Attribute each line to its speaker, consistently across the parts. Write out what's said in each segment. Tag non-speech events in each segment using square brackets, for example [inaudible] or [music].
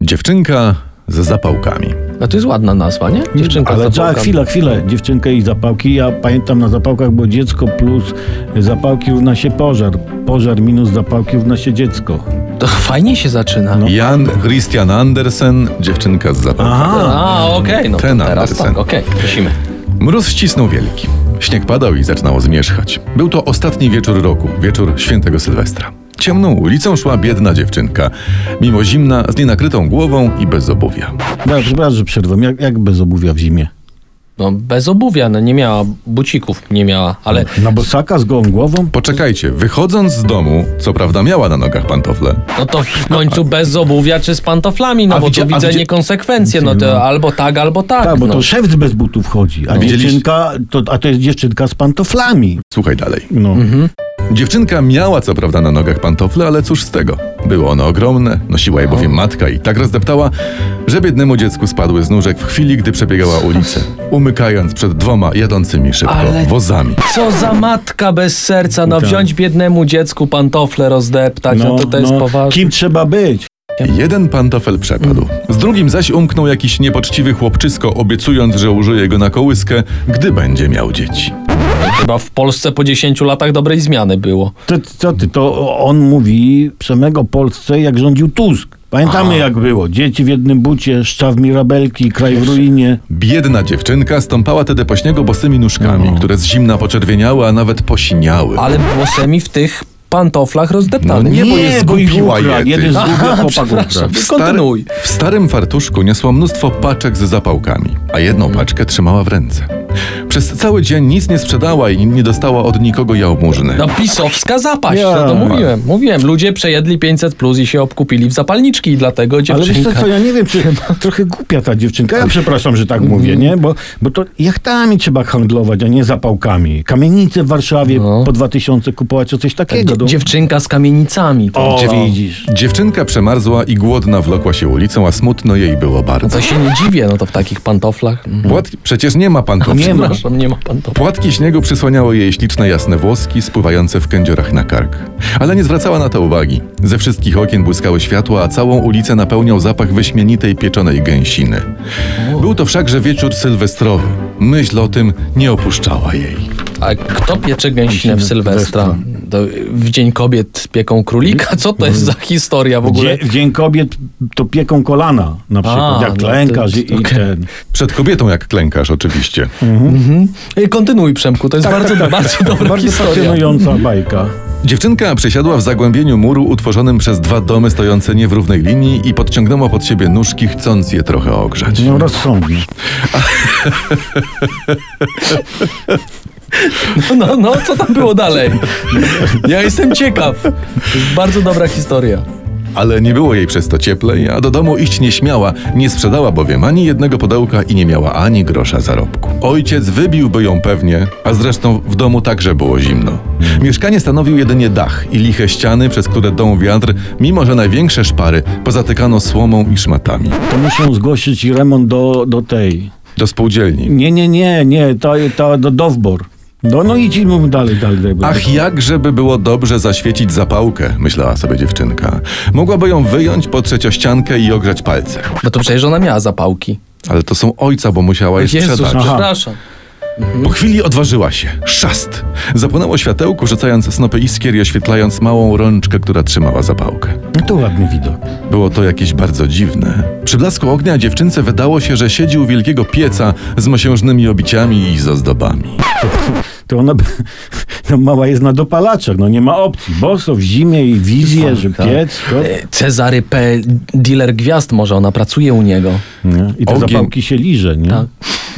Speaker 1: Dziewczynka ze zapałkami.
Speaker 2: A to jest ładna nazwa, nie? Dziewczynka
Speaker 3: Ale
Speaker 2: z
Speaker 3: trzeba,
Speaker 2: zapałkami.
Speaker 3: chwila, chwila, dziewczynkę i zapałki. Ja pamiętam na zapałkach było dziecko plus y, zapałki równa się pożar. Pożar minus zapałki równa się dziecko.
Speaker 2: To fajnie się zaczyna.
Speaker 3: No.
Speaker 1: Jan Christian Andersen, dziewczynka z zapałkami.
Speaker 3: Aha,
Speaker 2: A, okej, no to
Speaker 1: Ten
Speaker 2: teraz
Speaker 1: Andersen.
Speaker 2: tak, okej, prosimy.
Speaker 1: Mróz ścisnął wielki. Śnieg padał i zaczynało zmierzchać. Był to ostatni wieczór roku, wieczór świętego Sylwestra. Ciemną ulicą szła biedna dziewczynka, mimo zimna, z nienakrytą głową i bez obuwia.
Speaker 3: no. przepraszam, że przerwę. Jak, jak bez obuwia w zimie?
Speaker 2: No, bez obuwia, no nie miała bucików, nie miała, ale
Speaker 3: Na bosaka z gołą
Speaker 2: Tak,
Speaker 3: głową?
Speaker 1: Poczekajcie, wychodząc z domu, co prawda miała na nogach pantofle,
Speaker 2: no to w końcu bez obuwia czy z pantoflami,
Speaker 1: A
Speaker 2: no bo
Speaker 1: widzia- a
Speaker 2: tu widzę
Speaker 1: widzi-
Speaker 2: niekonsekwencje, no to albo tak, albo tak.
Speaker 3: Tak, bo
Speaker 2: no.
Speaker 3: to szewc bez butów chodzi, a
Speaker 1: Widzieliście-
Speaker 3: dziewczynka, to, a to jest dziewczynka z pantoflami.
Speaker 1: Słuchaj dalej.
Speaker 3: No.
Speaker 2: Mhm.
Speaker 1: Dziewczynka miała co prawda na nogach pantofle, ale cóż z tego? Były one ogromne, nosiła je bowiem matka i tak rozdeptała, że biednemu dziecku spadły z nóżek w chwili, gdy przebiegała ulicę, umykając przed dwoma jadącymi szybko
Speaker 2: Ale-
Speaker 1: wozami.
Speaker 2: Co za matka bez serca, no wziąć biednemu dziecku pantofle rozdeptać, no, to to jest poważne.
Speaker 3: Kim trzeba być?
Speaker 1: Jeden pantofel przepadł. Z drugim zaś umknął jakiś niepoczciwy chłopczysko, obiecując, że użyje go na kołyskę, gdy będzie miał dzieci.
Speaker 2: Chyba w Polsce po 10 latach dobrej zmiany było.
Speaker 3: To, co ty, to on mówi przemego Polsce, jak rządził Tusk. Pamiętamy jak było. Dzieci w jednym bucie, szczaw mirabelki, kraj w ruinie.
Speaker 1: Biedna dziewczynka stąpała tedy po śniegu bosymi nóżkami, które z zimna poczerwieniały, a nawet posiniały.
Speaker 2: No. Ale włosami w tych pantoflach rozdeptanych.
Speaker 1: No nie, bo je
Speaker 3: bo ich
Speaker 1: zgubiła
Speaker 3: ukradł.
Speaker 1: je, ty.
Speaker 3: Jeden zgubił,
Speaker 2: Aha,
Speaker 3: chłopak
Speaker 2: przepraszam.
Speaker 3: ukradł.
Speaker 1: Tak. W,
Speaker 2: Kontynuuj.
Speaker 1: w starym fartuszku niosła mnóstwo paczek z zapałkami, a jedną paczkę trzymała w ręce. Przez cały dzień nic nie sprzedała i nie dostała od nikogo jałmużny.
Speaker 2: No pisowska zapaść,
Speaker 3: Ja.
Speaker 2: no to mówiłem, mówiłem. Ludzie przejedli 500 plus i się obkupili w zapalniczki i dlatego
Speaker 3: Ale wiesz co,
Speaker 2: dziewczynka...
Speaker 3: co, ja nie wiem, czy trochę głupia ta dziewczynka. Ja przepraszam, że tak mówię, nie? Bo, bo to jachtami trzeba handlować, a nie zapałkami. Kamienice w Warszawie po 2000 kupować, czy coś takiego.
Speaker 2: No. Tak, Dzie-
Speaker 3: No.
Speaker 2: dziewczynka z kamienicami. To,
Speaker 3: O, no.
Speaker 1: Dziew-
Speaker 3: widzisz.
Speaker 1: Dziewczynka przemarzła i głodna wlokła się ulicą, a smutno jej było bardzo.
Speaker 2: to się nie dziwię, no to w takich pantoflach. Mhm.
Speaker 1: Płat... Przecież nie ma pantofli.
Speaker 3: Nie ma.
Speaker 2: [laughs] Przepraszam, nie ma pantofli.
Speaker 1: Płatki śniegu przysłaniały jej śliczne jasne włoski spływające w kędziorach na kark. Ale nie zwracała na to uwagi. Ze wszystkich okien błyskały światła, a całą ulicę napełniał zapach wyśmienitej pieczonej gęsiny. Był to wszakże wieczór sylwestrowy. Myśl o tym nie opuszczała jej.
Speaker 2: A kto piecze gęsinę w Sylwestra? To w Dzień Kobiet pieką królika? Co to jest za historia w ogóle?
Speaker 3: Dzie- w Dzień Kobiet to pieką kolana na
Speaker 2: A,
Speaker 3: przykład, jak
Speaker 2: no
Speaker 3: klękasz
Speaker 2: to-
Speaker 3: i, i
Speaker 2: okej.
Speaker 3: ten.
Speaker 1: Przed kobietą jak klękasz oczywiście.
Speaker 2: Ej, Kontynuuj Przemku, to jest bardzo, bardzo dobra
Speaker 3: Tak, Bardzo
Speaker 2: historia.
Speaker 3: fascynująca bajka.
Speaker 1: Dziewczynka przesiadła w zagłębieniu muru utworzonym przez dwa domy stojące nie w równej linii i podciągnęła pod siebie nóżki, chcąc je trochę ogrzać.
Speaker 3: No rozsądnie.
Speaker 2: No, no, co tam było dalej? Ja jestem ciekaw. To jest bardzo dobra historia.
Speaker 1: Ale nie było jej przez to cieplej, a do domu iść nie śmiała, nie sprzedała bowiem ani jednego pudełka i nie miała ani grosza zarobku. Ojciec wybiłby ją pewnie, a zresztą w domu także było zimno. Mieszkanie stanowił jedynie dach i liche ściany, przez które dął wiatr, mimo że największe szpary pozatykano słomą i szmatami.
Speaker 3: To muszą zgłosić remont do, do tej.
Speaker 1: Do spółdzielni.
Speaker 3: Nie, nie, nie, nie, ta, ta do Dowbor. No, no idź i mów dalej, dalej. dalej.
Speaker 1: Ach, jak żeby było dobrze zaświecić zapałkę, myślała sobie dziewczynka. Mogłaby ją wyjąć pod trzeciościankę i ogrzać palce.
Speaker 2: No to przecież ona miała zapałki.
Speaker 1: Ale to są ojca, bo musiała je
Speaker 2: Jezus, no
Speaker 1: sprzedać.
Speaker 2: przepraszam.
Speaker 1: Po chwili odważyła się. Szast! Zapłonęło światełku, rzucając snopy iskier i oświetlając małą rączkę, która trzymała zapałkę.
Speaker 3: No to ładny widok.
Speaker 1: Było to jakieś bardzo dziwne. Przy blasku ognia dziewczynce wydało się, że siedzi u wielkiego pieca z mosiężnymi obiciami i z ozdobami.
Speaker 3: To ona by, [laughs] no mała jest na dopalaczach, no nie ma opcji. Boso w zimie i wizję, że piec, to,
Speaker 2: E, Cezary P., dealer gwiazd, może ona pracuje u niego.
Speaker 3: nie? I te
Speaker 1: Ogień.
Speaker 3: zapałki się liże, nie?
Speaker 2: Tak.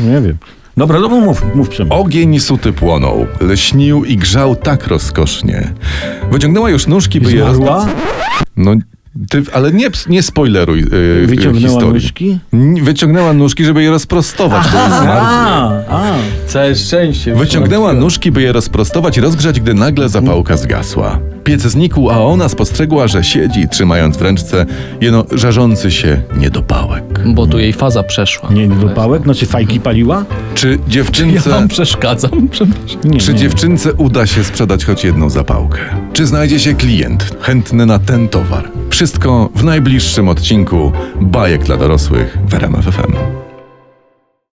Speaker 3: Nie wiem. Dobra, no mów, mów Przemek.
Speaker 1: Ogień suty płonął, lśnił i grzał tak rozkosznie. Wyciągnęła już nóżki, by je... roz-
Speaker 3: Zmarła?
Speaker 1: No, Ty, ale nie, ps- nie spoileruj yy,
Speaker 3: Wyciągnęła
Speaker 1: historii.
Speaker 3: nóżki?
Speaker 1: N- Wyciągnęła nóżki, żeby je rozprostować. bo jest zmarzły.
Speaker 3: A, a.
Speaker 2: Całe szczęście.
Speaker 1: Wyciągnęła nóżki, by je rozprostować i rozgrzać, gdy nagle zapałka zgasła. Piec znikł, a ona spostrzegła, że siedzi, trzymając w ręczce jeno żarzący się niedopałek.
Speaker 2: Bo tu jej faza przeszła.
Speaker 3: Nie, nie do pałek? Znaczy fajki paliła?
Speaker 1: Czy
Speaker 2: Ja
Speaker 1: dziewczynce,
Speaker 2: wam przeszkadzam? Przepraszam.
Speaker 3: Nie,
Speaker 1: czy
Speaker 3: nie.
Speaker 1: dziewczynce uda się sprzedać choć jedną zapałkę? Czy znajdzie się klient chętny na ten towar? Wszystko w najbliższym odcinku Bajek dla dorosłych w RMFFM.